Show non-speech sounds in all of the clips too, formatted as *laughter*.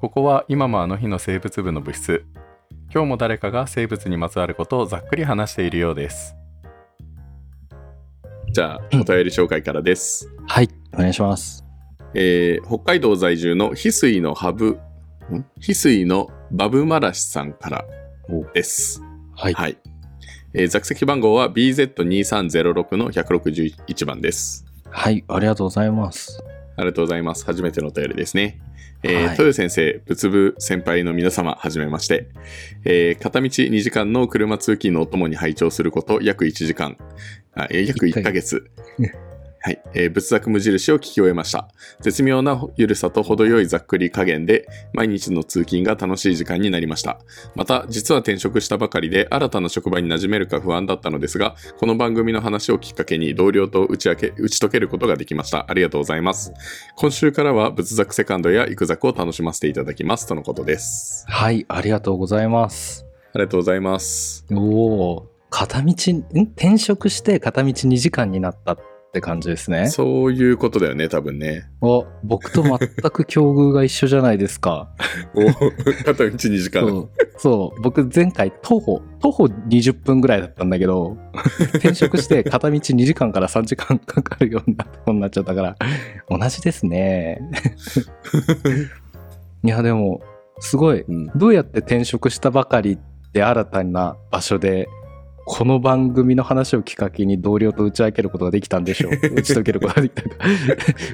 ここは今もあの日の生物部の部室今日も誰かが生物にまつわることをざっくり話しているようですじゃあ、お便り紹介からです。はい、お願いします。えー北海道在住の翡翠のハブ、ん翡翠のバブマラシさんからです。はい。はい。えー座席番号は BZ2306 の161番です。はい、ありがとうございます。ありがとうございます。初めてのお便りですね。えーはい豊先生、仏部先輩の皆様、はじめまして。えー片道2時間の車通勤のお供に拝聴すること約1時間、あえー約1ヶ月。はい、えー仏作無印を聞き終えました。絶妙なゆるさと程よいざっくり加減で、毎日の通勤が楽しい時間になりました。また、実は転職したばかりで、新たな職場に馴染めるか不安だったのですが、この番組の話をきっかけに同僚と打ち明け打ち解けることができました。ありがとうございます。今週からは仏作セカンドや育作を楽しませていただきますとのことです。はい、ありがとうございます。ありがとうございます。おお、片道、ん転職して片道2時間になったって感じですね。そういうことだよね、多分ね。お、僕と全く境遇が一緒じゃないですか。お片道2時そ間。う、そう、僕前回徒歩、徒歩20分ぐらいだったんだけど、転職して片道2時間から3時間かかるようなとこになっちゃったから、同じです *laughs* ね。いや、でも、すごい、うん、どうやって転職したばかりで新たな場所で、この番組の話をきっかけに同僚と打ち明けることができたんで *laughs* しょう。打ち解けることができたんだ *laughs*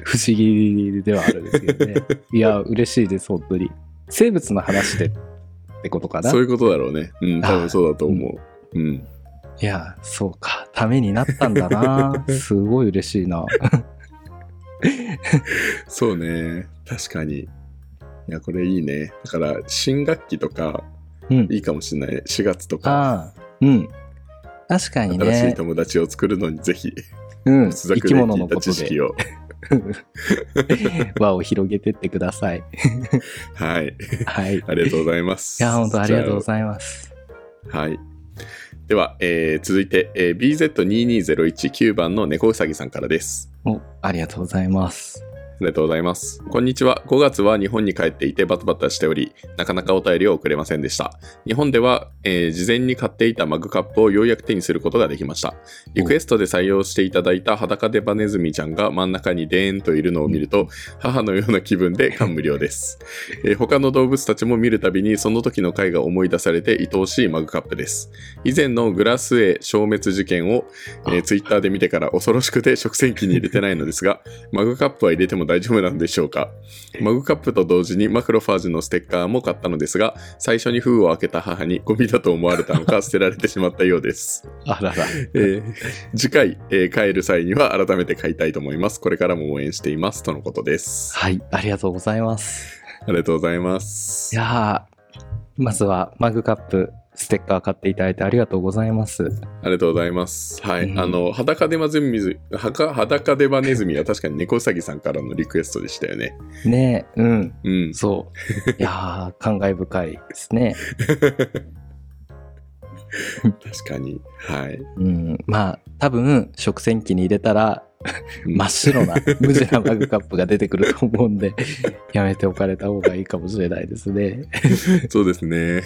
不思議ではあるんですけどね。いや、嬉しいです、本当に。生物の話でってことかな。そういうことだろうね。うん、多分そうだと思う。うん。いや、そうか。ためになったん *laughs* だな。すごい嬉しいな。そうね。確かに。いや、これいいね。だから、新学期とか、うん。いいかもしれない。4月とか、ああ、うん。確かに新しいね。友達を作るのにぜひ、うん。仏作生でき物聞のいたこと知識でを。 *laughs* 輪を広げてってください。はい。 *laughs* はい。ありがとうございます。いや、本当ありがとうごいざいます。ます。はい。では、えー続いて、えー BZ22019 番の猫うさぎさんからです。お、ありがとうございます。ありがとうございます。こんにちは。5月は日本に帰っていてバタバタしており、なかなかお便りを送れませんでした。日本では、えー事前に買っていたマグカップをようやく手にすることができました。リクエストで採用していただいた裸でバネズミちゃんが真ん中にデーンといるのを見ると、母のような気分で *laughs* 感無量です。えー他の動物たちも見るたびにその時の回が思い出されて愛おしいマグカップです。以前のグラスエ消滅事件を、えー、ツイッターで見てから恐ろしくて食洗機に入れてないのですが、マグカップは入れても大丈夫なんでしょうかマグカップと同時にマクロファージュのステッカーも買ったのですが、最初に封を開けた母にゴミだと思われたの *laughs* か捨てられてしまったようです。あらら。えー次回、えー帰る際には改めて買いたいと思います。これからも応援しています。とのことです。あはい、ありがとうございます。りがとうございます。いやーまずはマグカップ、ステッカー買っていただいてありがとうございます。ありがとうございます。はい。うんあの、裸デバネズミ、はか裸デバネズミは確かに猫うさぎさんからのリクエストでしたよね。ねえ、うん、 *laughs* うん。そう。いやー感慨深いですね。確かに。はい。うん、まあ、多分、食洗機に入れたら、うん真っ白 *laughs* な、無地なマグカップが出てくると思うんで、やめておかれた方がいいかもしれないですね。 *laughs* そうですね。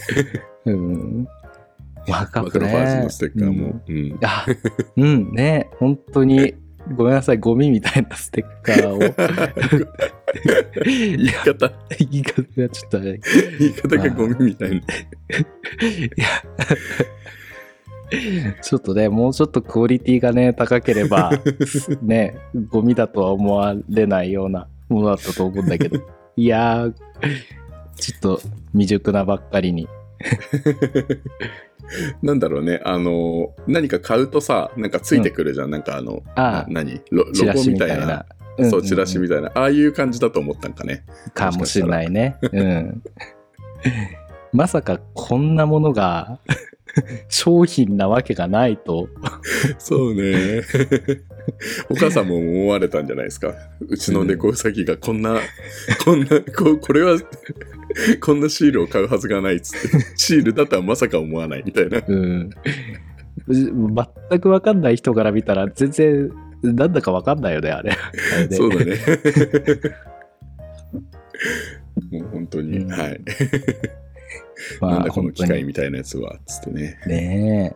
うん。マグカマクップロね。ファージュのステッカーも。うん。あ、うんね、本当に、ごめんなさい、ゴミみたいなステッカ *laughs* ーを。言い方、言い方がちょっとあれ。言い方がゴミみたいな。ちょっとね、もうちょっとクオリティがね、高けれ *laughs* ば、ね、ゴミだとは思われないようなものだったと思うんだけど。いやー、ちょっと未熟なばっかりに。なんだろうね。あの、何か買うとさ、なんかついてくるじゃん。なんかあの、ああな何ロチロラゴシみみたたいいな。な。そう、チラシみたたいな。ああいう感じだと思ったんかね。 *laughs* いかもしれないね。うん。まさかこんなもの *laughs* が商品なわけがないと。そうね。 *laughs* お母さんも思われたんじゃないですか。うちの猫うさぎがこん *laughs* な、こんな、ここれは、こんなシールを買うはずがないっつって。シールだとはまさか思わないみたいな。うん。全くわかんない人から見たら全然なんだかわ *laughs* *laughs* かんないよね、あれ。あれねそうだね。もう本本当に、うんはい。まなあんだこの機本当械にみたいなやつは、つってね。ね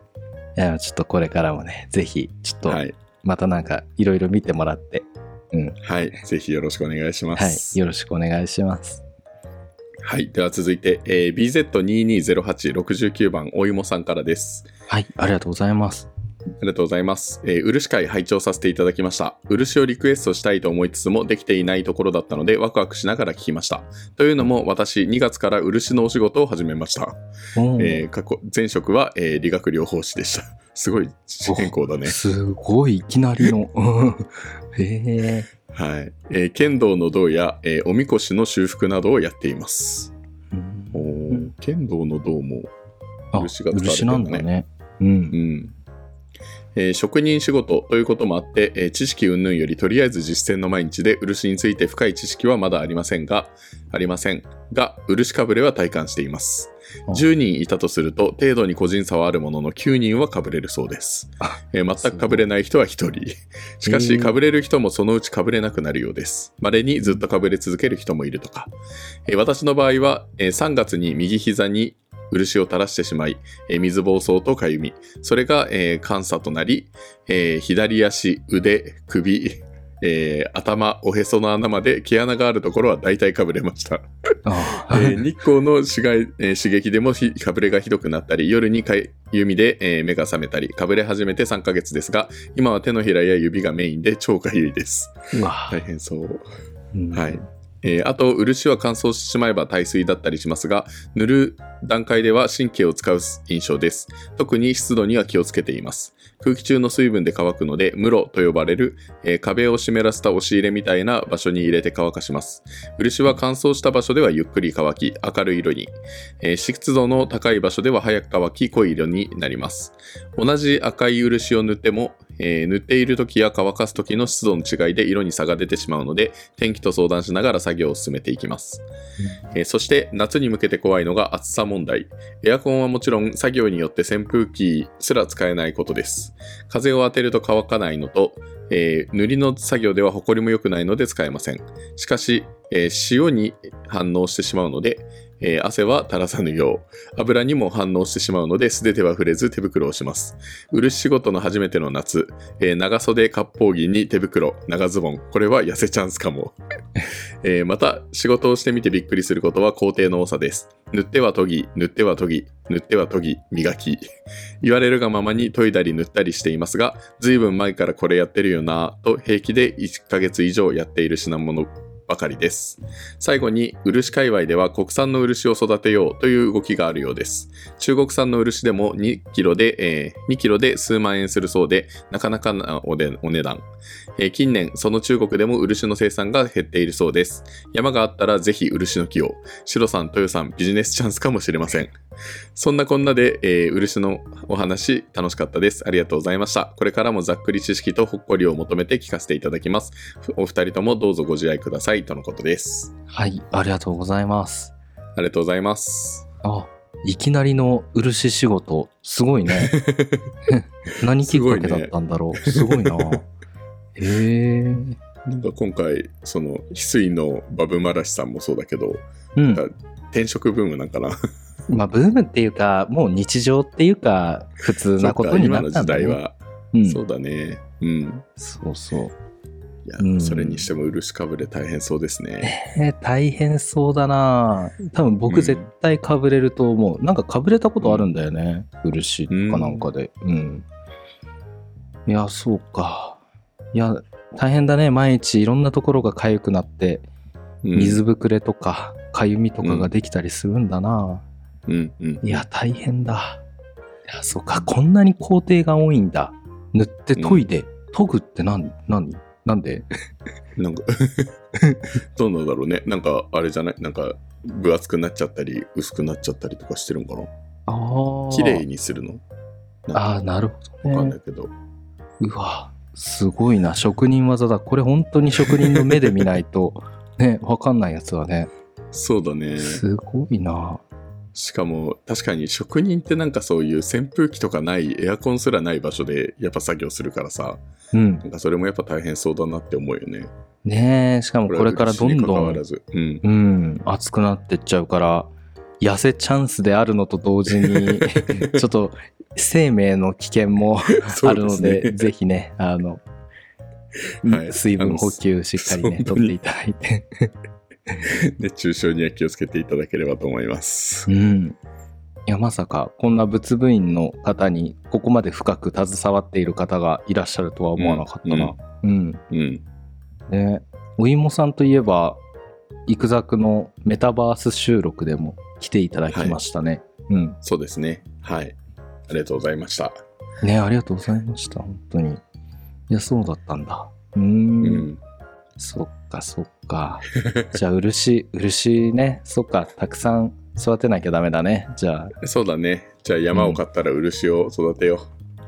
え。いや、ちょっとこれからもね、ぜひ、ちょっと、はい。またなんか、いろいろ見てもらって、はい。ぜひよろしくお願いしまはい、す。よろしくお願いします。はい。では続いて、えー BZ220869 番、おいもさんからです。はい、ありがとうございます。ありがとうございます。えー、漆会拝聴させていただきました。漆をリクエストしたいと思いつつもできていないところだったのでワクワクしながら聞きました。というのも私2月から漆のお仕事を始めました。うんえー過去、前職は、えー理学療法士でした。すごい変更だね。すごい、いきなりの。 *laughs* うんへえ。はい。えー剣道の道や、えーおみこしの修復などをやっています。うんおーうん剣道の道も、あ漆が使われて漆んなだんねだね。うんう。ん。えー職人仕事ということもあって、えー知識云々よりとりあえず実践の毎日で漆について深い知識はまだありませんが、ありませんが、漆かぶれは体感しています。あ10人いたとすると、程度に個人差はあるものの9人はかぶれるそうですあ。えー全くかぶれない人は1人。しかへし、ーかぶれる人もそのうちかぶれなくなるようです。稀にずっとかぶれ続ける人もいるとか。えー私の場合は、えー3月に右膝に漆を垂らしてしまい、えー水疱瘡とかゆみ、それが、えー、監査となり、えー左足、腕、首、えー頭、おへその穴まで毛穴があるところは大体かぶれました。あえー日光の紫外、えー刺激でもひかぶれがひどくなったり、夜にか弓で、えー目が覚めたり、かぶれ始めて3ヶ月ですが、今は手のひらや指がメインで超かゆいです。うわ大変そう。うんはい。えーあと、漆は乾燥してしまえば耐水だったりしますが、塗る段階では神経を使う印象です。特に湿度には気をつけています。空気中の水分で乾くので、室と呼ばれる、えー壁を湿らせた押し入れみたいな場所に入れて乾かします。漆は乾燥した場所ではゆっくり乾き、明るい色に。えー湿度の高い場所では早く乾き、濃い色になります。同じ赤い漆を塗っても、えー塗っている時や乾かす時の湿度の違いで色に差が出てしまうので、天気と相談しながら作業を進めていきます、えーそして夏に向けて怖いのが暑さ問題エアコンはもちろん作業によって扇風機すら使えないことです風を当てると乾かないのと、えー塗りの作業では埃も良くないので使えませんしかし、えー塩に反応してしまうので、えー汗は垂らさぬよう油にも反応してしまうので素手では触れず手袋をします漆仕事の初めての夏、えー長袖割烹着に手袋長ズボンこれは痩せチャンスかも *laughs* えーまた仕事をしてみてびっくりすることは工程の多さです塗っては研ぎ塗っては研ぎ塗っては研ぎ磨き *laughs* 言われるがままに研いだり塗ったりしていますが随分前からこれやってるよなぁと平気で1ヶ月以上やっている品物ばかりです最後に漆界隈では国産の漆を育てようという動きがあるようです中国産の漆でも2キロで、えー2キロで数万円するそうでなかなかなおでお値段、えー近年その中国でも漆の生産が減っているそうです山があったらぜひ漆の木を。白さん、豊さん、ビジネスチャンスかもしれません。そんなこんなで、えー漆のお話楽しかったです。ありがとうございました。これからもざっくり知識とほっこりを求めて聞かせていただきます。お二人ともどうぞご自愛ください。とのことです。はい、ありがとうございます。ありがとうございます。あ、いきなりの漆仕事、すごい *laughs* ね。何きっかけだったんだろう。すごい,、な。へえ。なんか今回、その、翡翠のバブマラシさんもそうだけど、うん。転職ブームなんかな。まあ、ブームっていうか、もう日常っていうか、普通なことに *laughs* なったんだ、ね。今の時代は、うん、そうだね。うん。そうそう。いや、うんそれにしても漆かぶれ大変そうですね。えー大変そうだな多分う僕ん絶対かぶれると思う、なんかかぶれたことあるんだよね、漆かなんかでうん、いやそうかいや大変だね毎日いろんなところが痒くなってうん水ぶくれとか痒みとかができたりするんだな、うんうん。いや大変だいやそうかこんなに工程が多いんだ塗って研いで、研ぐって何何なんでなんか *laughs* どうなんだろうねなんかあれじゃないなんか分厚くなっちゃったり薄くなっちゃったりとかしてるんかなああ綺麗にするのあなあんかなるほどねわかんないけど、うわ、すごいな、職人技だ。これ本当に職人の目で *laughs* 見ないと、ね、わかんないやつはね。そうだねすごいな。しかも、確かに職人ってなんかそういう扇風機とかない、エアコンすらない場所でやっぱ作業するからさ、うんな。んかそれもやっぱ大変そうだなって思うよね。ねえ、しかもこれからどんこれは歴史どに関わらん、ず。うん。うん、暑くなってっちゃうから、痩せチャンスであるのと同時 *laughs* に、ちょっと生命の危険もそ *laughs* あうるでのすねで、ぜひね、あの、はい水分補給しっかりあね、のとっていただいて。熱中症には気をつけていただければと思いますう。ん。いや、まさか、こんな仏部員の方に、ここまで深く携わっている方がいらっしゃるとは思わなかったな。うん。うん。ね、お芋さんといえば、イクザクのメタバース収録でも来ていただきましたね。うん。そうですね。はい。ありがとうございました。ね、ありがとうございました。本当に。いや、そうだったんだ。うー。うんん。そっか、そっか。 *laughs* じゃあ、漆、漆ね。そっか、たくさん育てなきゃダメだね。じゃあ、そうだね。じゃあ山を買ったら漆を育てよ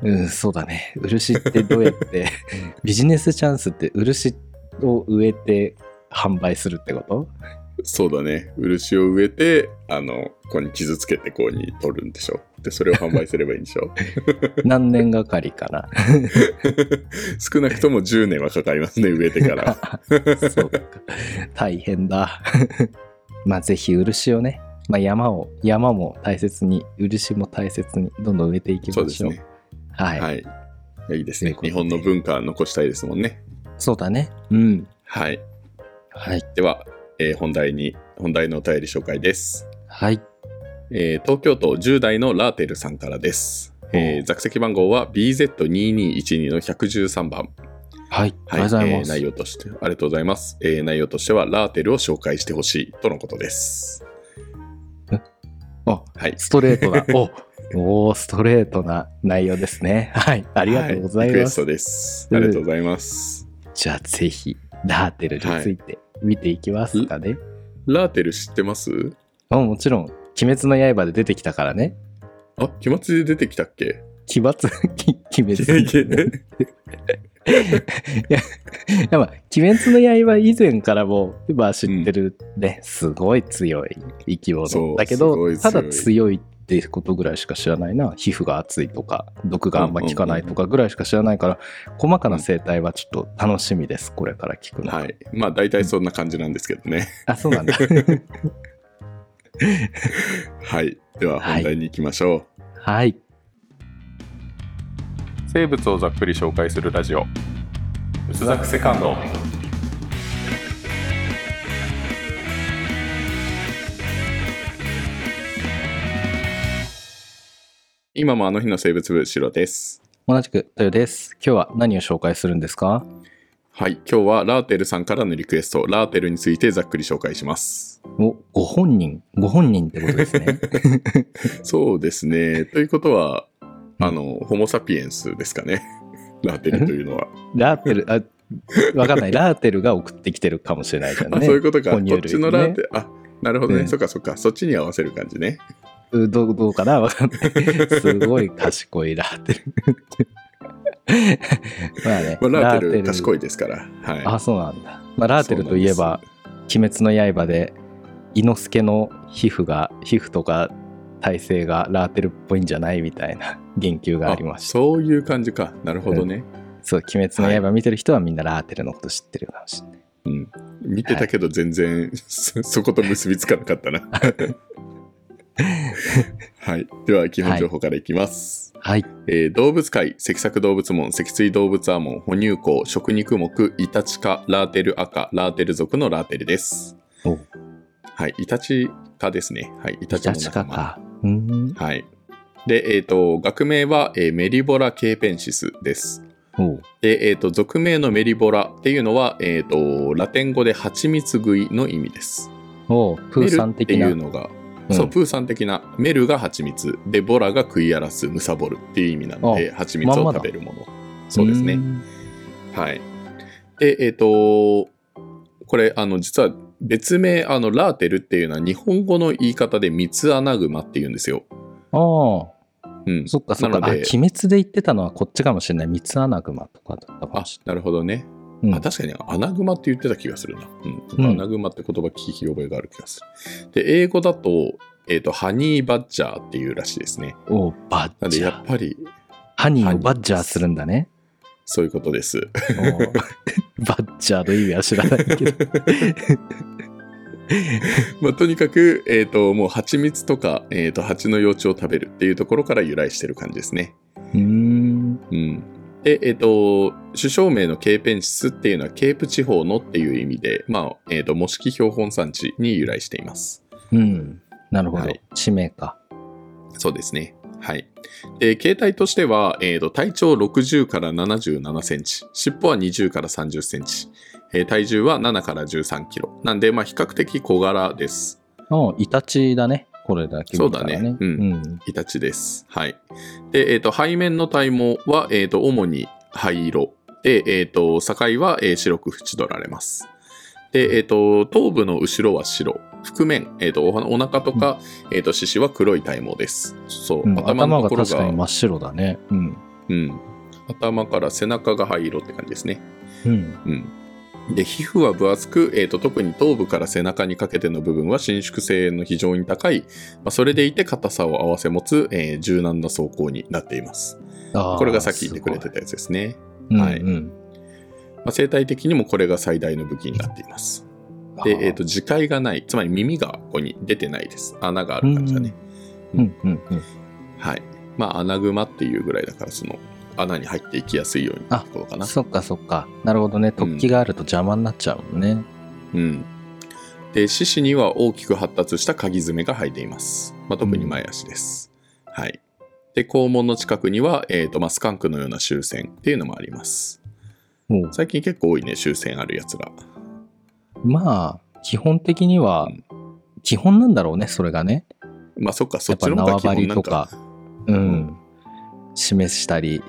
うん、そうだね。漆ってどうやって *laughs* ビジネスチャンスって漆を植えて販売するってことう。そうだね。漆を植えて、あの、ここに傷つけてこうに取るんでしょ。で、それを販売すればいいんでし *laughs* ょ。何年がかりかな。 *laughs* 少なくとも10年はかかりますね、植えてから。 *laughs* そうか。大変だ。 *laughs* まあ、ぜひ漆をね、まあ、山を、山も大切に、漆も大切に、どんどん植えていきそうまでしすょう。ね。はい、はい。いやいいですというねこ。とで日本の文化は残したいですもんね。そうだね。うん。はい。はい。では、えー本題に、本題のお便り紹介です。はい。えー東京都10代のラーテルさんからです。えー座席番号は BZ2212 の113番。はい。ありがとうございます。えー内容として、ありがとうございます。えー内容としては、ラーテルを紹介してほしいとのことです。あはい。ストレートな。 *laughs* おおーストレートな内容ですね。はい。あありがとうございリクエまスす。トです。ありがとうございます。じゃあぜひ、ラーテルについて見ていきますかね。ラーテル知ってますあもちろん、鬼滅の刃で出てきたからね。あ、期末で出てきたっけ奇抜、 *laughs* き鬼 *laughs* 滅。やっぱ、鬼滅の刃以前からも、まあ知ってるね、すごい強い生きそ物。うだけすごど、いた強いだ強いってことぐらいしか知らないな。皮膚が厚いとか、毒があんま効かないとかぐらいしか知らないから、細かな生態はちょっと楽しみです。これから聞くの。はい。まあ、大体そんな感じなんですけどね。 *laughs* あ、そうなんだ。はい。では、本題に行きましょう。はい。生物をざっくり紹介するラジオ薄ザクセカンド今もあの日の生物部、シロです。同じく、とよです。今日は何を紹介するんですかはい。今日は、ラーテルさんからのリクエスト、ラーテルについてざっくり紹介します。お、ご本人。ご本人ってことで *laughs* すね。そうですね。ということは、あの、ホモ・サピエンスですかね。ラーテルというのは。ラーテル、あ、わかんない。ラーテルが送ってきてるかもしれないじゃんあ、ね。そういうことか。哺乳こっ類ちのラーテル、あ、なるほどね。うんそっかそっか。そっちに合わせる感じね。うどうどうかなわ *laughs* かんない。すごい賢いラーテル。 *laughs* まあね。まあ、ラーテル、賢いですから。はい。あ、そうなんだ。まあ、ラーテルといえば、鬼滅の刃で、伊之助の皮膚が、皮膚とか体勢がラーテルっぽいんじゃないみたいな *laughs* 言及がありました。そういう感じか。なるほどね。そう、鬼滅の刃見てる人はみんなラーテルのこと知ってるかもしれない。うん。見てたけど全然、そ *laughs* そこと結びつかなか *laughs* ったな。はい。では、基本情報からいきます。はい。えー動物界、脊索動物門、脊椎動物アモン、哺乳綱、食肉目、イタチ科、ラーテル赤、ラーテル属のラーテルですお。はい。イタチ科ですね。はい。イタジチャのチ仲カ間。か。うーん。はい。で、えっ、と、学名は、えーメリボラケーペンシスです。おうで、えっ、と、俗名のメリボラっていうのは、えっ、と、ラテン語で蜂蜜食いの意味です。おうプーさん的メな。ルっていうのが、うんそう、プーさん的な、メルが蜂蜜、で、ボラが食い荒らす、むさぼるっていう意味なので、蜂蜜まんまをだ食べるもの。そうですうね。んはい。で、えっ、と、これ、あの、実は別名、あの、ラーテルっていうのは日本語の言い方で三つ穴熊っていうんですよ。ああ。うん。そっかそっか。なあ、の鬼で滅で言ってたのはこっちかもしれない。三つ穴熊とかだったかあもし、なるほどね。れない。あ確かに穴熊って言ってた気がするな。うん。うん穴熊って言葉聞き覚えがある気がする。で、英語だと、えっ、と、ハニーバッジャーっていうらしいですね。おバッなんで、ジャやっー。ぱりハニーをバッジャーするん *laughs* だね。そういうことです。 *laughs* おバッジャーの意味は知らないけど。まあ、とにかく、えっ、と、もう蜂蜜とか、えっ、と、蜂の幼虫を食べるっていうところから由来してる感じですね。 *laughs* うーん。うん。で、えっ、と、首相名のケーペンシスっていうのはケープ地方のっていう意味で、まあ、えっ、と、模式標本産地に由来しています。うん。なるほど。はい使命か。そうですね。はい。で、形態としては、えーと、体長60から77センチ、尻尾は20から30センチ、えー体重は7から13キロ。なんで、まあ、比較的小柄です。おイタチだね。これだけ見たそらうだねううんん。イタチです。はい。で、えっ、と、背面の体毛は、えっ、と、主に灰色。で、えっ、と、境は、えー白く縁取られます。で、えっ、と、頭部の後ろは白。覆面、えっ、と、おお腹とか、えっ、と、獅子は黒い体毛です。そう、うん頭のがところ確かに真っ白だね。うん。うん。頭から背中が灰色って感じですね。うん。うん。で、皮膚は分厚く、えーと、特に頭部から背中にかけての部分は伸縮性の非常に高い、まあ、それでいて硬さを合わせ持つ、えー柔軟な走行になっています。あーこれがさっき言ってくれてたやつですね。すごいはいうんうんまあ、生態的にもこれが最大の武器になっています。で、えーと、耳介がない、つまり耳がここに出てないです。穴がある感じだね。うんうんうん。はい。まあ、穴熊っていうぐらいだから、その穴に入っていきやすいようにあってことかな。そっかそっか。なるほどね。突起があると邪魔になっちゃうもんね。うん。で、獅子には大きく発達した鍵爪が生えています。まあ、特に前足です。はい。で、肛門の近くには、えっ、と、まあ、スカンクのような終戦っていうのもあります。もう最近結構多いね、終戦あるやつら。まあ、基本的にはうん、基本なんだろうね、それがね。まあ、そっか、そやっっぱちの方が縄基張本りなんとかか。、うん、うん示したり、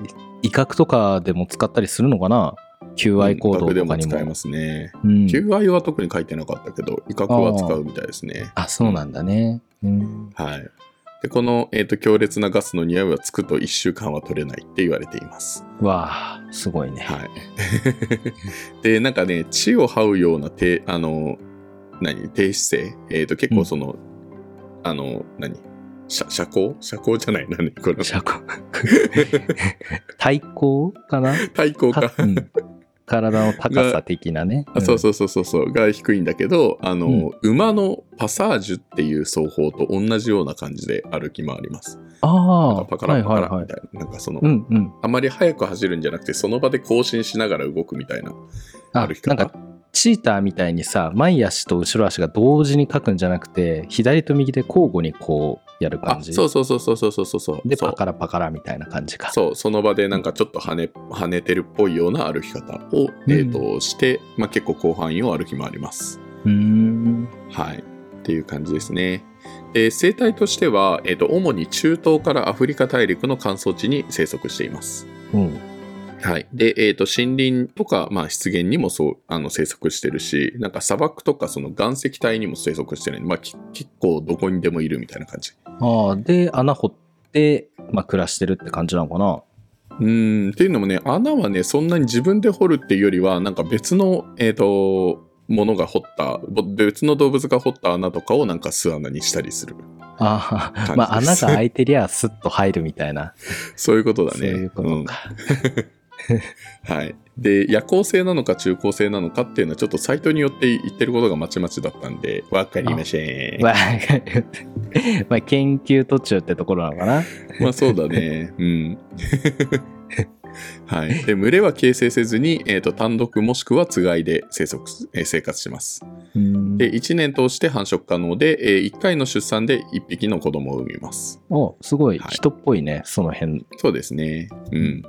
威嚇とかでも使ったりするのかな求愛行動うん威嚇でとかもにも。使えますね。うん求愛は特に書いてなかったけど、威嚇は使うみたいですね。あ、そうなんだね。うん、はい。で、この、えっ、と、強烈なガスの匂いはつくと1週間は取れないって言われています。わあ、すごいね。はい。で、なんかね、地を這うような低、あの、何、低姿勢。えっ、と、結構その、あの、何、社社交社交じゃない、何、この、社交 *laughs* 対抗かな対抗か。うん体の高さ的なね。 *laughs* あそううそうそうそうそう、が低いんだけど、あの、うん馬のパサージュっていう奏法と同じような感じで歩き回ります。ん。あなんあ、かパカラパカはいはいラはみい。たいな。なんかその、うんうん。あまり速く走るんじゃなくて、その場で更新しながら動くみたいなあ歩きな方。んかチーターみたいにさ前足と後ろ足が同時に書くんじゃなくて左と右で交互にこうやるあ感、じそうそうそうそうそうそうそう。でそうパカラパカラみたいな感じかそう、その場でなんかちょっと跳ね、跳ねてるっぽいような歩き方を、えーとして、まあ、結構広範囲を歩き回ります。うーんはい。っていう感じですね。で、生態としては、えーと、主に中東からアフリカ大陸の乾燥地に生息しています。うんはい。で、えーと、森林とか、まあ、湿原にもそう、あの、生息してるし、なんか砂漠とか、その岩石帯にも生息してるんでまあ、き結構どこにでもいるみたいな感じ。ああで穴掘って、まあ、暮らしてるって感じなのかなうーんっていうのもね穴はねそんなに自分で掘るっていうよりはなんか別のえっ、とものが掘ったぼ別の動物が掘った穴とかをなんか巣穴にしたりするあ感じであすまあ穴が開いてりゃスッと入るみたいな *laughs* そういうことだねそういうことうか、んはいで夜行性なのか中高性なのかっていうのはちょっとサイトによって言ってることがまちまちだったんでわかりませんまあ *laughs* まあ研究途中ってところなのかなまあそうだ *laughs* ね。うん。はい。で、群れは形成せずに、えっ、と、単独もしくはつがいで生息す、えー生活します。うーんで、1年通して繁殖可能で、え1回の出産で1匹の子供を産みます。おすごいはい人っぽいね、その辺そうですね。うん。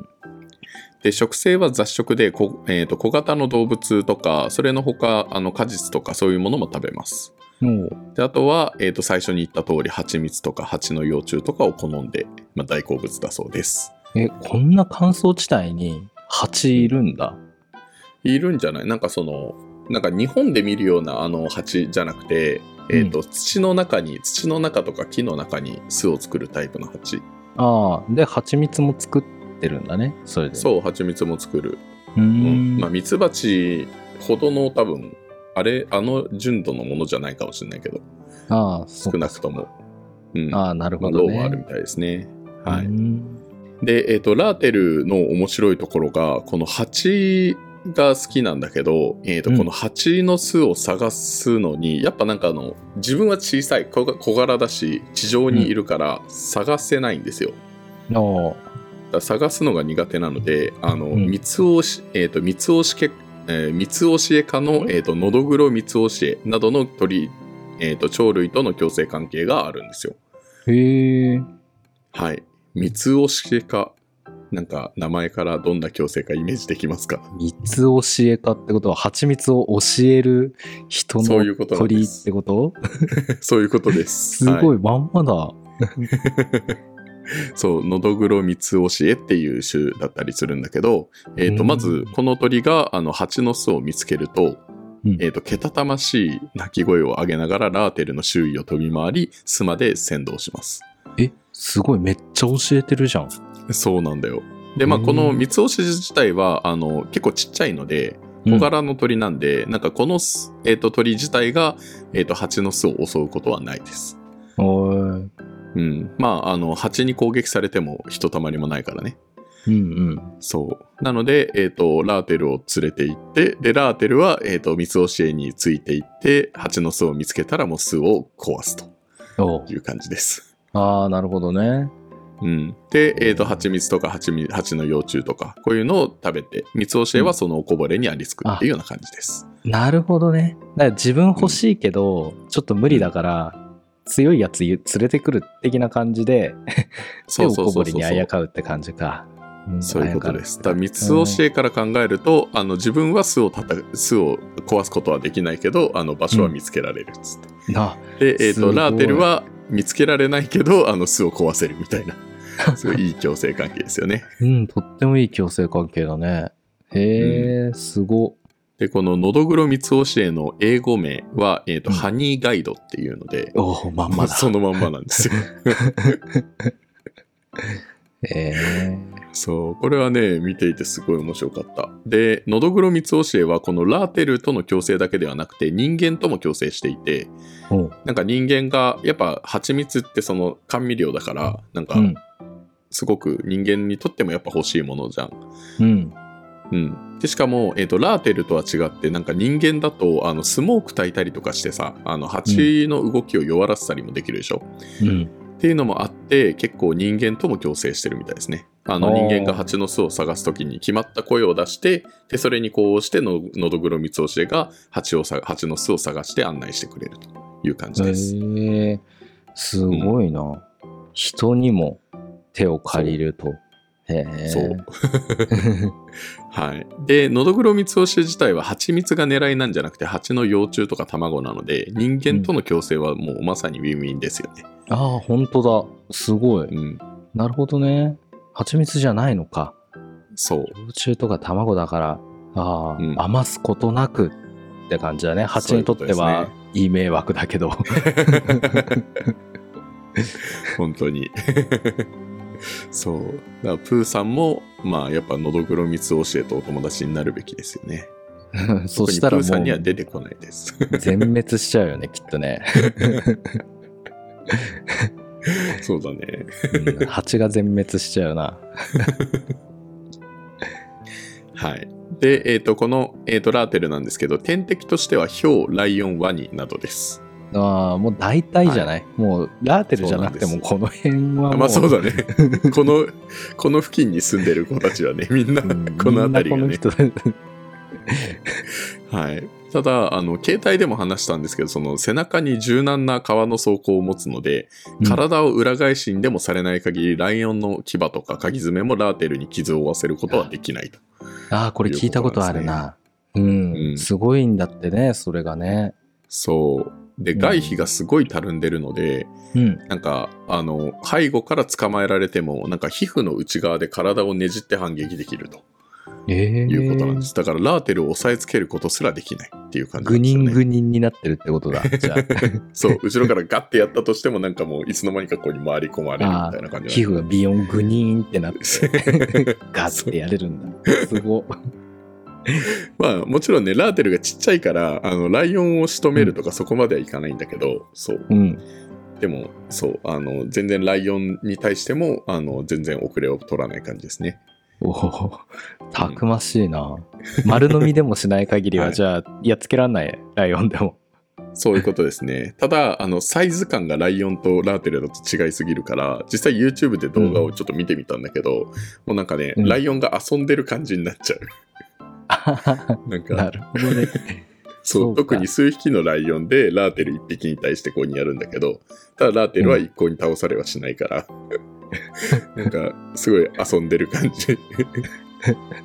で、食性は雑食で、こえーと小型の動物とか、それのほか、あの果実とかそういうものも食べます。もうで、あとは、えーと最初に言った通り、蜂蜜とか蜂の幼虫とかを好んで、まあ、大好物だそうです。えこんな乾燥地帯に蜂いるんだいるんじゃないなんかその、なんか日本で見るようなあの蜂じゃなくて、えーと土の中に、土の中とか木の中に巣を作るタイプの蜂。ああで蜂蜜も作ってるんだねそれでうそう、蜂蜜も作る。うーうんん。まあ、蜜蜂ほどの多分、あれ、あの純度のものじゃないかもしれないけど、ああそ少うなくとも。うん。ああ、なるまほあ、どど、うね。もあるみたいですね。はうい。んで、えっ、と、ラーテルの面白いところが、この蜂が好きなんだけど、えっ、と、うんこの蜂の巣を探すのに、やっぱなんかあの、自分は小さい、小が小柄だし、地上にいるから探せないんですよ。の、だから探すのが苦手なので、あの、ん三つおし、えっ、と、三つおしけ、えー、三つおしえ科の、えっ、と、のどぐろ三つおしえなどの鳥、えっ、と、鳥類との共生関係があるんですよ。へえ。はい。三つおしか、なんか名前からどんな矯正かイメージできますか *laughs* 蜜教えかってことは、蜂蜜を教える人そういうのことなんで鳥っすてことそういうことです。すご、はいまんまだ。そう、のどぐろ三つおしえっていう種だったりするんだけど、えっ、と、うんまず、この鳥が、あの、蜂の巣を見つけると、うんえっ、と、けたたましい鳴き声を上げながら、ラーテルの周囲を飛び回り、巣まで先導します。え、すごい、めっちゃ教えてるじゃん。そうなんだよ。で、まあ、うんこの三つおし自体は、あの、結構ちっちゃいので、小柄の鳥なんで、なんかこのす、えー、と鳥自体が、えー、と蜂の巣を襲うことはないです。うんおいうん。まあ、あの、蜂に攻撃されてもひとたまりもないからね。うんそう。なので、えっ、と、ラーテルを連れて行って、で、ラーテルは、えっ、と、三つ教えについて行って、蜂の巣を見つけたらもう巣を壊すとうん。おういう感じです。ああ、なるほどね。うん。で、えっ、と、蜂蜜とか蜂蜜蜂の幼虫とか、こういうのを食べて、三つ教えはそのおこぼれにありつくっていうような感じです。なるほどね。だから自分欲しいけど、ちょっと無理だから、強いやつゆ連れてくる的な感じで、手そをうそうこそぼうれそうにあやかうって感じか。んそういうことあやかるです。だから三つ教えから考えると、あの自分は巣をたた巣を壊すことはできないけど、あの場所は見つけられるっつって。なで、えっすとごいラーテルは見つけられないけど、あの巣を壊せるみた *laughs* いな。すごいいい共生関係ですよね。うん、とってもいい共生関係だね。へえ、すご。で、こののどぐろ三つ教えの英語名は、えっとうんハニーガイドっていうので、おお、まんま *laughs* だ。そのまんまなん *laughs* ですよ。へえ。そう、これはね、見ていてすごい面白かった。で、のどぐろ三つ教えは、このラーテルとの共生だけではなくて、人間とも共生していて、おうなんか人間が、やっぱ蜂蜜ってその甘味料だから、なんかうん。すごく人間にとってもやっぱ欲しいものじゃん。うん。うん。で、しかも、えっ、と、ラーテルとは違って、なんか人間だと、あの、スモーク焚いたりとかしてさ、あの、蜂の動きを弱らせたりもできるでしょ。うん。っていうのもあって、結構人間とも共生してるみたいですね。あのあー人間が蜂の巣を探すときに決まった声を出して、で、それにこうしての、のどぐろみつおしえが蜂をさ、蜂の巣を探して案内してくれるという感じです。へえ、すごいな。人にも手を借りると。へえ。そう。 *laughs* はい。で、のどぐろみつおしえ自体は蜂蜜が狙いなんじゃなくて、蜂の幼虫とか卵なので、人間との共生はもうまさにウィンウィンですよね。ああ、本当だ。すごい。うん。なるほどね。蜂蜜じゃないのか。そう。幼虫とか卵だから、ああ、うん余すことなくって感じだね。蜂にとってそういうはこといい迷惑だ *laughs* けど。本当に *laughs* そうだからプーさんもまあやっぱのどぐろみつ教えとお友達になるべきですよねそしたら特にプーさもんにはう出てこないです *laughs* 全滅しちゃうよね、きっとね。そうだねうん蜂が全滅しちゃうな。はいでえっ、とこの、えー、とラーテルなんですけど天敵としてはヒョウライオンワニなどですああ、もう大体じゃない、もうラーテルじゃなくてそうもなこの辺はもう。まあそうだね *laughs* このこの付近に住んでる子たち *laughs* はねみんなうんこの辺りがねみんなこの人はい。ただ、あの、携帯でも話したんですけど、その背中に柔軟な皮の装甲を持つのでう、ん体を裏返しにでもされない限り、ライオンの牙とか鍵爪もラーテルに傷を負わせることはできないと。ああ、これ聞いたことあるな。うん、うんすごいんだってね、それがね。そう。で、うん外皮がすごいたるんでるので、うん。なんか、あの、背後から捕まえられても、なんか皮膚の内側で体をねじって反撃できるとええいうことなんです。だから、ラーテルを押さえつけることすらできないっていう感じなぐんですによんね。ぐにんになってるってことだ。 *laughs* じゃあ、そう、後ろからガッてやったとしても、なんかもういつの間にかここに回り込まれるみたいな感じ皮膚がビヨングニーンって *laughs* なって、ガそッうてやれるんだ。すご。まあ、もちろんね、ラーテルがちっちゃいから、あの、ライオンを仕留めるとかそこまではいかないんだけど、そう。うん。でも、そう、あの、全然ライオンに対しても、あの、全然遅れを取らない感じですね。おお、たくましいな。丸飲みでもしない限りはは、いじゃあ、やっつけらんない、ライオンでも。そういうことです *laughs* ね。ただ、あの、サイズ感がライオンとラーテルだと違いすぎるから、実際 YouTube で動画をちょっと見てみたんだけど、もうなんかね、うんライオンが遊んでる感じになっちゃう。 *laughs* なんなか、るほどね。そうそうか特に数匹のライオンで、ラーテル1匹に対してこうにやるんだけど、ただラーテルは一向に倒されはしないから、 *laughs* なんか、すごい遊んでる感じ。 *laughs*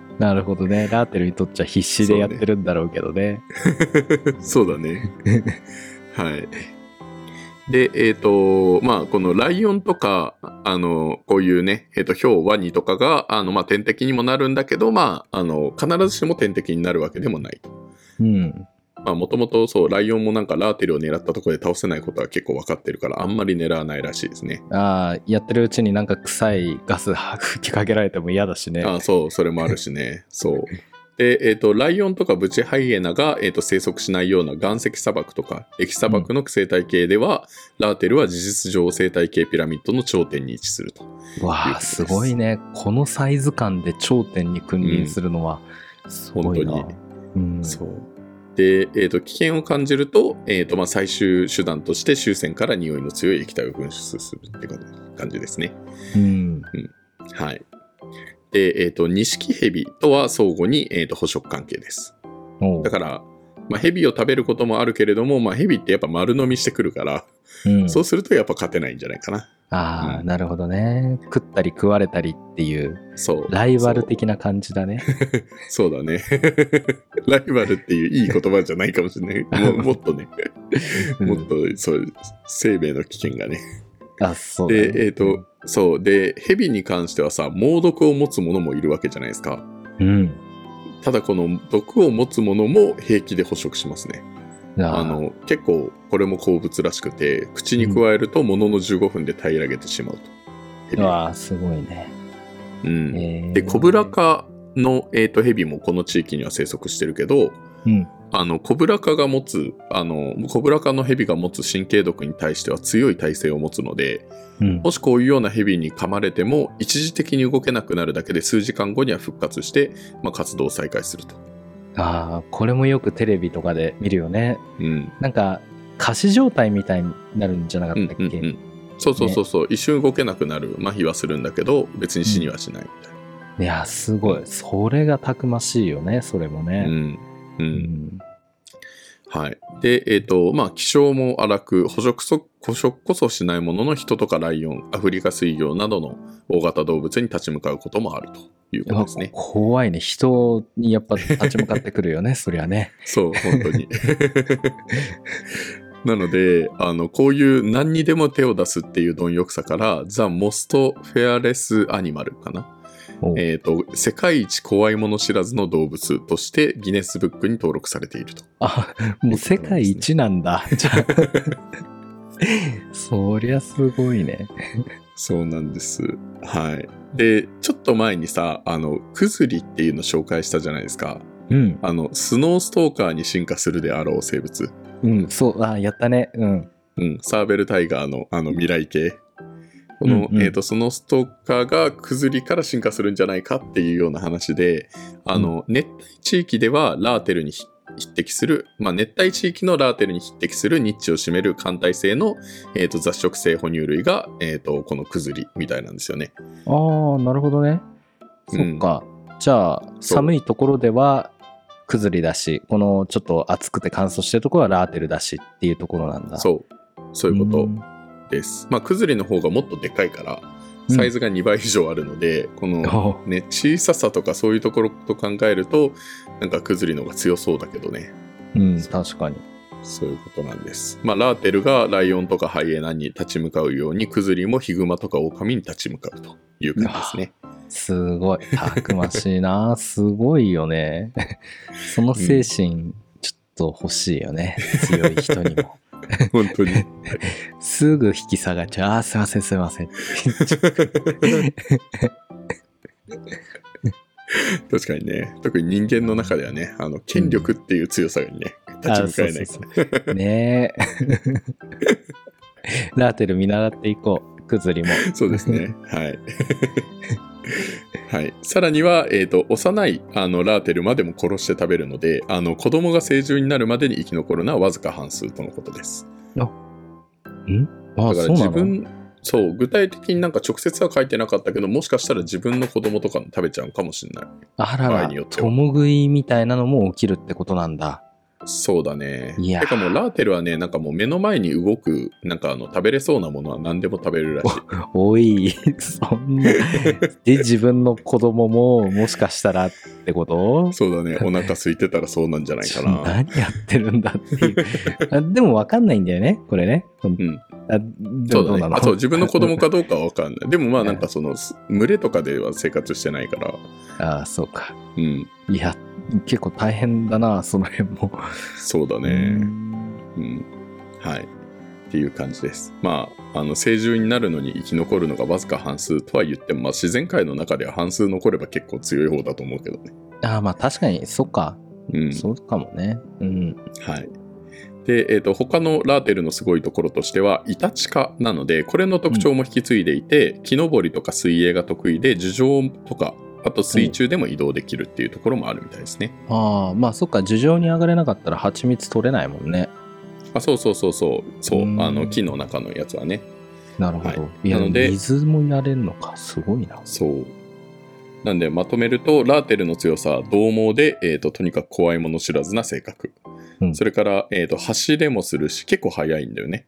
*laughs* なるほどね。ラーテルにとっちゃ必死でやってるんだろうけど *laughs* ね。そうだね。はい。で、えっ、と、まあ、このライオンとか、あの、こういうね、えっ、と、ヒョウ、ワニとかが、あの、まあ、天敵にもなるんだけど、まあ、あの、必ずしも天敵になるわけでもない。うん。まあ、もともとそう、ライオンもなんかラーテルを狙ったところで倒せないことは結構わかってるから、あんまり狙わないらしいですね。ああ、やってるうちになんか臭いガス吹きかけられても嫌だしね。あそう、それもあるしね。 *laughs* そう。で、えっ、と、ライオンとかブチハイエナが、えー、と生息しないような岩石砂漠とか、液砂漠の生態系では、ラーテルは事実上生態系ピラミッドの頂点に位置すると。わあ、すごいね。このサイズ感で頂点に君臨するのは、すごいな。本当にうん、そう。で、えっ、と、危険を感じると、えっ、と、まあ、最終手段として終戦から匂いの強い液体を噴出するって感じですね。うん。はい。で、えっ、と、ニシキヘビとは相互に、えっ、と、捕食関係です。おうだから、まあ、ヘビを食べることもあるけれども、まあ、ヘビってやっぱ丸飲みしてくるから、うん、そうするとやっぱ勝てないんじゃないかな。ああ、うなるほどね。食ったり食われたりっていう、そう。ライバル的な感じだね。そう。そうだね。 *laughs* ライバルっていういい言葉じゃないかもしれ *laughs* ない。ももっとね、もっとそう、生命の危険がね。 *laughs* あ、そうだね、で、えっ、と、そう。で、ヘビに関してはさ、猛毒を持つものもいるわけじゃないですか。うん。ただこの毒を持つものも平気で捕食しますね。うん、ああの、の、結構これも好物らしくて、口に加えるとものの15分で平らげてしまうと。ヘビはわあ、すごいね。うんえーでコブラ。科の、えー、とヘビもこの地域には生息してるけどうん。あのコブラ科が持つあのコブラ科のヘビが持つ神経毒に対しては強い耐性を持つのでうんもしこういうようなヘビに噛まれても一時的に動けなくなるだけで数時間後には復活して、まあ、活動を再開すると。ああ、これもよくテレビとかで見るよね。うんなんか、仮死状態みたいになるんじゃなかうっんたっうけ、んうんそうそうそうそう、一瞬動けなくなる麻痺はするんだけど別に死にはしないみたいいや、すごい。それがたくましいよね、それもな。ね。うんううんん。はい。で、えっ、と、まあ、気性も荒く、捕食そ、捕食こそしないものの人とかライオン、アフリカ水魚などの大型動物に立ち向かうこともあるということですね。怖いね。人にやっぱ立ち向かってくる *laughs* よね、そりゃね。そう、本当に。 *laughs* なので、あの、こういう何にでも手を出すっていう貪欲さから、ザ・モスト・フェアレス・アニマルかな。おうえっ、と、世界一怖いもの知らずの動物としてギネスブックに登録されていると。あ、もう世界一なん *laughs* だ。じゃあ。そりゃすごいね。そうなんです。はい。で、ちょっと前にさ、あの、クズリっていうの紹介したじゃないですか。うん。あの、スノーストーカーに進化するであろう生物。うん、そう、あ、やったね。うん。うん、サーベルタイガーのあの未来系。この、うんうんえっ、と、スノーストーカーがクズリから進化するんじゃないかっていうような話で、あの、熱帯地域ではラーテルに匹匹敵する、まあ、熱帯地域のラーテルに匹敵するニッチを占める寒帯性の、えー、と雑食性哺乳類が、えー、とこのクズリみたいなんですよね。ああ、なるほどね。うそんっか。じゃあ、そう寒いところでは、崩りだし、このちょっと暑くて乾燥してるところはラーテルだしっていうところなんだ。うそう。そういうことんです。まあ、くずりの方がもっとでかいから、うんサイズが2倍以上あるので、この、おうね、小ささとかそういうところと考えると、なんかくずりの方が強そうだけどね。うん、確かに。そういうことなんです。まあ、ラーテルがライオンとかハイエナに立ち向かうように、くずりもヒグマとかオオカミに立ち向かうという感じですね。すごい。たくましいな。すごいよね。 *laughs* その精神、ちょっと欲しいよね。強い人に *laughs* も。本当に。すぐ引き下がっちゃう。あーすいません、すいません。 *laughs* 確かにね。特に人間の中ではね、あの、権力っていう強さにね、立ち向かえない *laughs* あーそうそうそうねえ。ラーテル見習っていこう。くずりも。そうですね。はい。 *laughs* はい、さらには、えー、と幼いあのラーテルまでも殺して食べるのであの子供が成獣になるまでに生き残るのはわずか半数とのことですあだからそうな自の分そう具体的になんか直接は書いてなかったけどもしかしたら自分の子供とかも食べちゃうかもしれないあら場合らによっ、ては共食いみたいなのも起きるってことなんだ。そうだねいやーてかもうラーテルはねなんかもう目の前に動くなんかあの食べれそうなものは何でも食べるらしいおい、そんな。で、自分の子供も、もしかしたらってことそうだねお腹空いてたらそうなんじゃないかな *laughs* 何やってるんだって *laughs* いう。あでも分かんないんだよね、これね。うんんあでそうもどだうねなのあそう自分の子供かどうかは分かんないでもまあなんかその群れとかでは生活してないから *laughs* ああ、そうか。うんいや、結構大変だな、その辺も。そうだうねんうんはいっていう感じですまああの成獣になるのに生き残るのがわずか半数とは言っても、まあ、自然界の中では半数残れば結構強い方だと思うけどねああ、まあ確かに、そっか。うんそうかもね。うん。はい。で、えー、と他のラーテルのすごいところとしてはイタチ科なのでこれの特徴も引き継いでいて、木登りとか水泳が得意で樹上とかあと水中でも移動できるっていうところもあるみたいですね。ああ、まあそっか、樹上に上がれなかったら蜂蜜取れないもんね。あそうそうそうそうそううんあの木の中のやつはねなるほど。い、や、なので水もやれんのか、すごいな。そう。なんでまとめるとラーテルの強さは獰猛で、えー、ととにかく怖いもの知らずな性格、うんそれから、えー、と走れもするし結構速いんだよね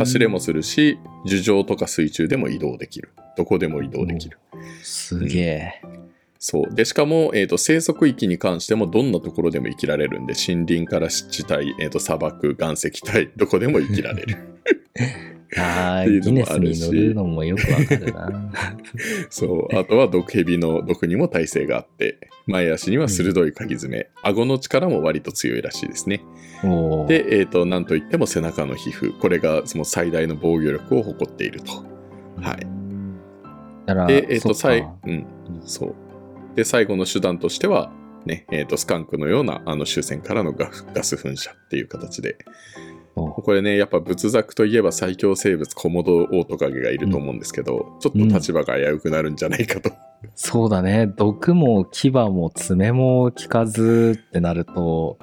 走れもするし樹上とか水中でも移動できるどこでも移動できる、すげえ。そうでしかも、えー、と生息域に関してもどんなところでも生きられるんで森林から湿地帯、えー、と砂漠岩石帯どこでも生きられ *laughs* るあ *laughs* あ、っていうのギもネスに乗あるしるのもよくわかるな。 *laughs* そうあとは毒蛇の毒にも耐性があって前足には鋭い鍵爪、顎の力も割と強いらしいですねおお。で、えー、となんといっても背中の皮膚これがその最大の防御力を誇っているとはいだから、で、えっ、と、そうか最、うん、そう。で、最後の手段としては、ね、えっ、と、スカンクのような、あの、終戦からのガフガス噴射っていう形で。おこれね、やっぱ仏作といえば最強生物、コモドオオトカゲがいると思うんですけど、ちょっと立場が危うくなるんじゃないかと。そうだね。毒も牙も爪も効かずってなると、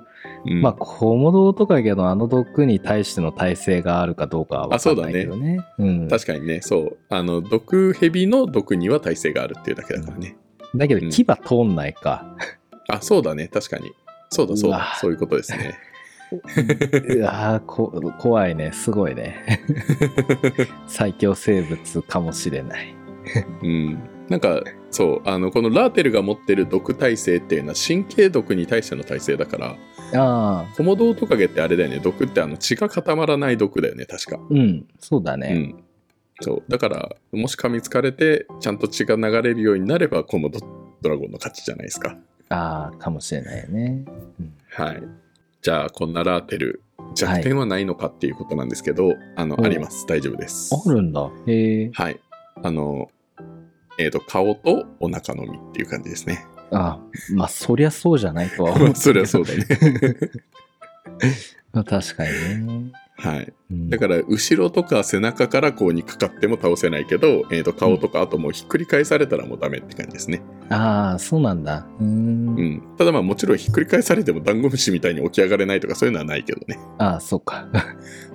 うんまあ、コモドオトカゲのあの毒に対しての耐性があるかどうかはわかんないけどね。うん、確かにね、そう。あの、毒蛇の毒には耐性があるっていうだけだからね。だけうど、ん牙通んな *laughs* いか。あ、そうだね、確かに。そうだそううだわ、そういうことですね。うわーこ怖いね。すご *laughs* いね。最強生物かもしれない。うん、なんかそうあのこのラーテルが持ってる毒耐性っていうのは神経毒に対しての耐性だからああ、コモドオトカゲってあれだよね毒ってあの血が固まらない毒だよね確か、うん、そうだうね。んそうだからもし噛みつかれてちゃんと血が流れるようになればコモドドラゴンの勝ちじゃないですかああ、かもしれないよね。はいじゃあこんなラーテル弱点はないのかっていうことなんですけど、あのおあります大丈夫ですあるんだ。へえ。はいあのえっ、と顔とお腹のみっていう感じですねああ、まあ、そりゃそうじゃないとは思うけど。 *laughs* そりゃそうだね *laughs* まあ確かにね。はいうんだから後ろとか背中からこうにかかっても倒せないけど、えー、と顔とかあともうひっくり返されたらもうダメって感じですね、ああ、そうなんだ。うーん。うん、ただまあもちろんひっくり返されてもダンゴムシみたいに起き上がれないとかそういうのはないけどね *laughs* ああ、そうか。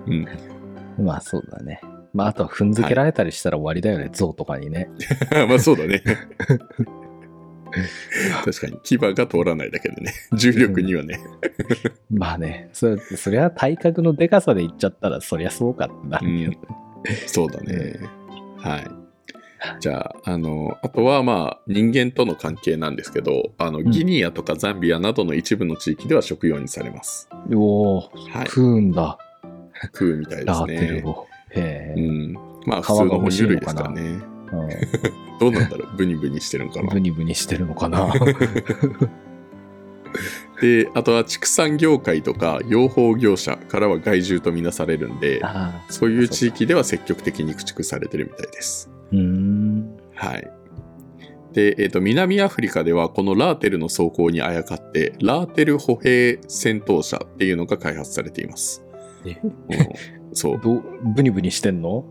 うん *laughs* まあ、そうだね。まあ、あとは踏んづけられたりしたら終わりだよね、象とかにね。まあそうだね *laughs* 確かに牙が通らないだけでね *laughs* 重力にはね、まあね、そそりゃ体格のでかさで言っちゃったら、そりゃそうかってなるけど。そうだねはいじゃああのあとはまあ人間との関係なんですけどあのんギニアとかザンビアなどの一部の地域では食用にされます、おお、はい食うんだ、食うみたいでラすーテねルを。へうえ、ん、まあ皮普が通の哺欲しい乳類のですかかならね。どうなんだろうブニブニしてるのか *laughs* うんなブ。ニブニしてるの *laughs* かな。であとは畜産業界とか養蜂業者からは害獣とみなされるんでああ、そういう地域では積極的に駆逐されてるみたいです。うーん。はいでえー、と南アフリカではこのラーテルの走行にあやかってラーテル歩兵戦闘車っていうのが開発されています。えうんそう。どうブニブニしてんの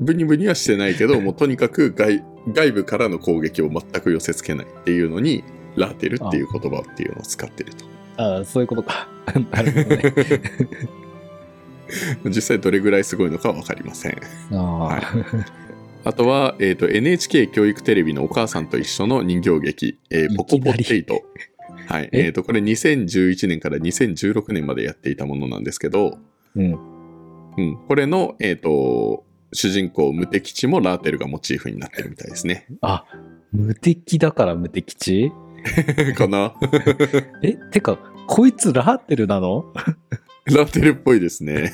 ブニブニはしてないけど、もうとにかく外外部からの攻撃を全く寄せ付けないっていうのに、ラーテルっていう言葉っていうのを使ってると。 *laughs* ああ、そういうこと *laughs* か。なるほどね。実際どれぐらいすごいのかは分かりません。ああ、はいあとは、えー、と NHK 教育テレビの「お母さんと一緒」の人形劇「えーいきなりポコポテ *laughs* イト」はいええー、とこれ2011年から2016年までやっていたものなんですけど、うん。うん、これの、えー、と主人公無敵地もラーテルがモチーフになってるみたいですね。 *laughs* あ、無敵だから無敵地かなえ、てか、こいつラーテルなのラーテルっぽいですね。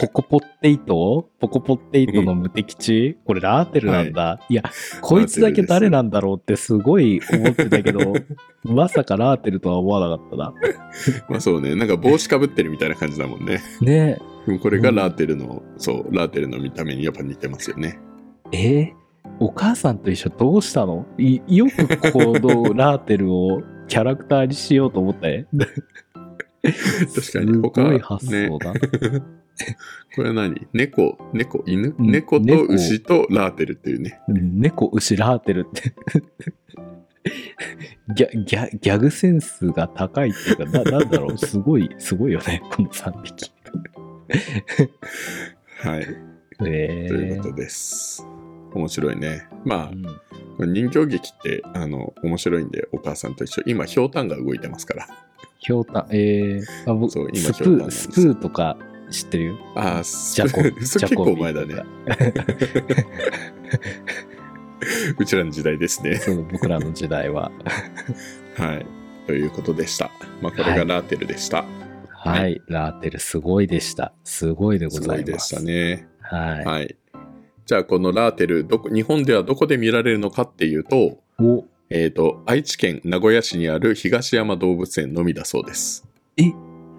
ポコポッテイトポコポッテイトの無敵地これラーテルなんだ。い、や、こいつだけ誰なんだろうってすごい思ってたけ *laughs* ど、まさかラーテルとは思わなかったな。まあそうねなんか帽子かぶってるみたいな感じだもん *laughs* ね。ねうんこれがラーテルの、そうラーテルの見た目にやっぱ似てますよね。え、えーお母さんと一緒どうしたのいよくこのラーテルを *laughs* キャラクターにしようと思ったね。確かにす他ごい発想だ。これは何猫猫犬うん猫と猫牛とラーテルっていうね。うん猫牛ラーテルって *laughs* ギャギャギャグセンスが高いっていうかななんだろうすごいすごいよねこの3匹はい、えということです。面白いね。まうんあ、これ人形劇ってあの面白いんで、お母さんと一緒。今、ひょうたんが動いてますから。ひょうたんえー、あ僕そう今スひょうプたんなんーですスプーとか知ってるよああ、*laughs* ジそャコそジれャ結コ構ビ前だとねか。うちらの時代ですね。そう僕らの時代ははい。ということでした。まあ、これがラーテルでした。はい、ラーテルすごいでしたすごいでごすざごいいでましすたね。はい、はい。じゃあ、このラーテルどこ、日本ではどこで見られるのかっていうと、おえっ、と、愛知県名古屋市にある東山動物園のみだそうです。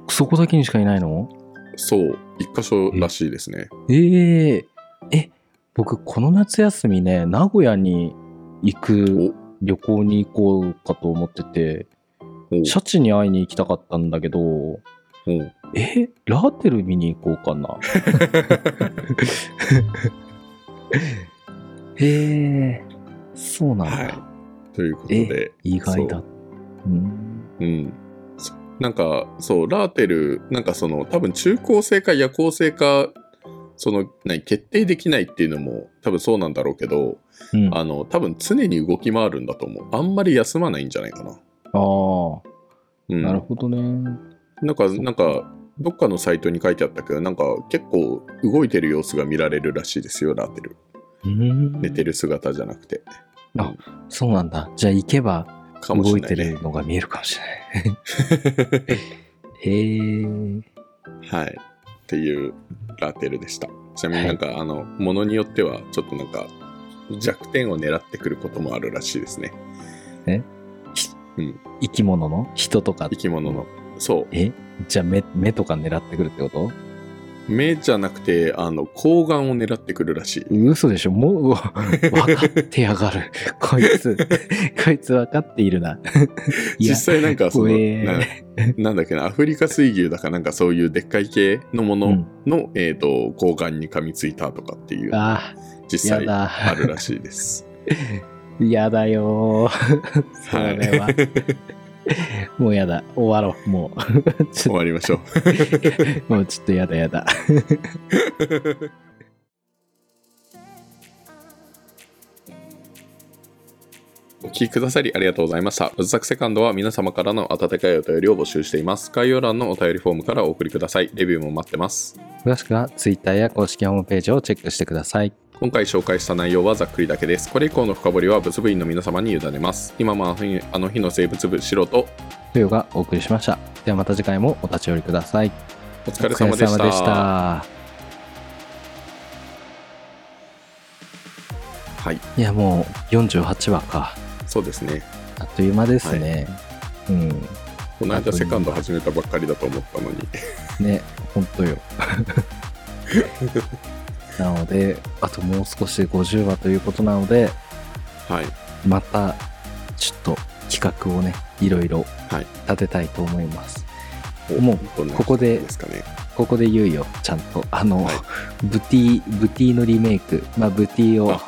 そこだけにしかいないのそう、一箇所らしいですね。えええ、僕、この夏休みね、名古屋に行く、旅行に行こうかと思ってて、おうシャチに会いに行きたかったんだけど、おうえ、ラーテル見に行こうか *laughs* な。へえ、そうなんだ。はということで。意外だ。そううん。うん。そなんか、そう、ラーテル、なんかその、多分中高生か夜行性か、その、何、決定できないっていうのも、多分そうなんだろうけど、うん、ああの、多分常に動き回るんだと思う。あんまり休まないんじゃないかな。あー、うん。なるほどね。なんか、なんか、どっかのサイトに書いてあったけど、なんか結構動いてる様子が見られるらしいですよ、ラーテル。うん寝てる姿じゃなくて。そうなんだ。じゃあ行けばかもし動れいなてい、ね。るのが見えるかもしれない。へえ。はい。っていうラテルでした。ちなみになんか、あの、ものによっては、ちょっとなんか、弱点を狙ってくることもあるらしいですね。生き物の人とか生き物の。そえじゃあ目目とか狙ってくるってことう。目じゃなくて、あの、睾丸を狙ってくるらしい。嘘でしょもううわ分かってやがるこい *laughs* つこいつ分かっているないや実際なんか、その、怖えななんだっけな、アフリカ水牛だかなんかそういうでっかい系のもうのん、の、えっ、と、睾丸に噛みついたとかっていう、あ実や際だあるらしいです。やだよー *laughs* それは、はいもうやだ終わろうもうち終ょっわりましょう。ともうちょっとやだやだお聞きくださりありがとうございました。うずさくセカンドは皆様からの温かいお便りを募集しています。概要欄のお便りフォームからお送りください。レビューも待ってます。詳しくは Twitter や公式ホームページをチェックしてください今回紹介した内容はざっくりだけです。これ以降の深掘りは物部員の皆様に委ねます。今もあの日あの日の生物部、白ととよがお送りしましたではまた次回もお立ち寄りくださいお疲れ様でし。お疲れ様でしたたはい、いやもう48話かそうですね。あっという間ですね、うんこの間セカンド始めたばっかりだと思ったのに。ね本当 *laughs* よなのであともう少しで50話ということなのではい。またちょっと企画をねいろいろはい立てたいと思います、おもうどんなここでですかね。ここで言うよ、ちゃんと。あの、ブティ、ブティのリメイク、まあ、ブティを、あ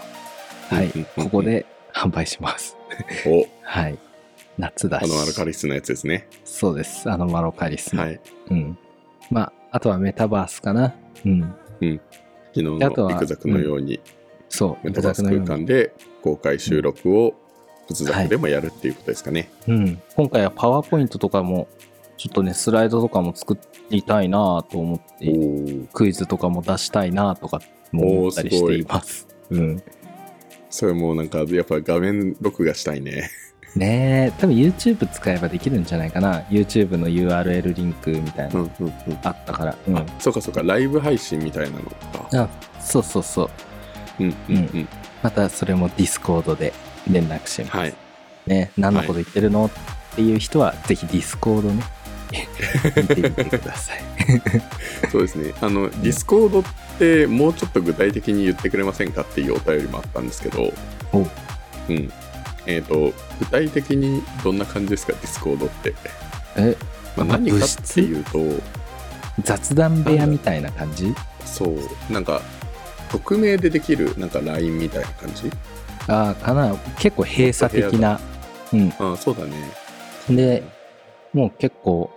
はい、うんうんうんうんここで販売します。お、はい。夏だあし。のアルカリスのやつですね。そうです。あのマロカリス。はい。うん。まあ、あとはメタバースかな。うん。昨日あとのはビクザクのように、そう。メタバースメ空タバース空間間で公開収録を仏作でもやるっていうことですかね。うん。今回はパワーポイントとかも、ちょっとね、スライドとかも作りたいなと思っておークイズとかも出したいなとかも思ったりしています。うん、それもなんかやっぱ画面録画したいね。ねえ多分 YouTube 使えばできるんじゃないかな YouTube の URL リンクみたいな、うんうんうん。あったから、うん、あそうかそうか、ライブ配信みたいなのか。あそうそうそううんうんうん。またそれも Discord で連絡します、はい。ね何のこと言ってるの、っていう人はぜひ Discord *laughs* ね見てみてくださいそうですね。あの、ディスコードってもうちょっと具体的に言ってくれませんかっていうお便りもあったんですけど、おうん。えっ、と、具体的にどんな感じですか、ディスコードって。えまあ、まあ何か物って質いうと、雑談部屋みたいな感じそう、なんか、匿名でできる、なんか LINE みたいな感じああかな結構閉鎖的なうんあそうだね。でもう結構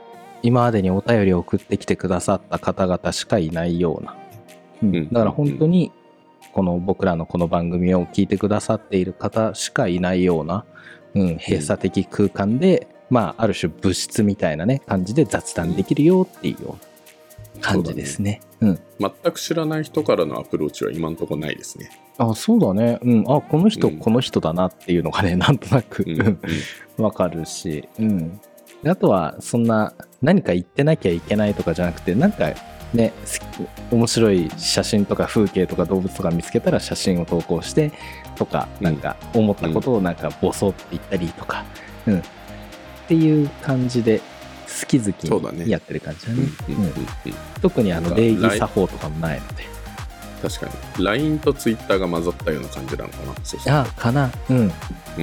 今までにお便りを送ってきてくださった方々しかいないような、うんうんだから本当にこの僕らのこの番組を聞いてくださっている方しかいないような、うん、閉鎖的空間で、まあある種物質みたいなね感じで雑談できるよっていうような感じですね。うん全く知らない人からのアプローチは今んとこないですね。あそうだね、うん、あこの人、うんこの人だなっていうのがね *laughs* なんとなく、うん *laughs* うんわかるし、うん、であとはそんな何か言ってなきゃいけないとかじゃなくてなんかね好き面白い写真とか風景とか動物とか見つけたら写真を投稿してとかうんなんか思ったことをなんかボソって言ったりとか、うんっていう感じで好き好きそうだねにやってる感じだうねんうんうんうん特にあなんのか礼儀作法とかもないので確かに。LINE と Twitter が混ざったような感じなのかな。そうそうあかなうんうん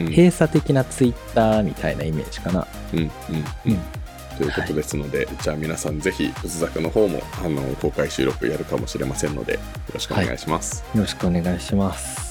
閉鎖的なツイッターみたいなイメージかなうんうんうんうんということですので、じゃあ皆さんぜひ仏作の方もあの公開収録やるかもしれませんのでよろしくお願いします。よろしくお願いします